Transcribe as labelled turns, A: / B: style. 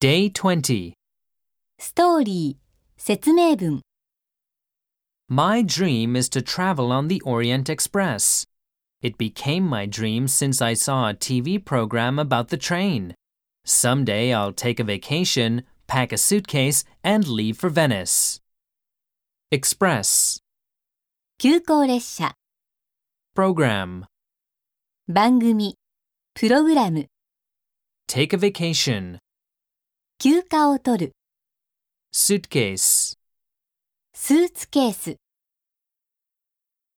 A: Day 20.
B: ストーリー、説明文、
A: My dream is to travel on the Orient Express. It became my dream since I saw a TV program about the train. Someday I'll take a vacation, pack a suitcase, and leave for Venice. Express.
B: 急行列車、
A: Program.
B: 番組、プログラム、
A: Take a vacation.
B: 休暇を取る、
A: Suitcase.
B: スーツケース。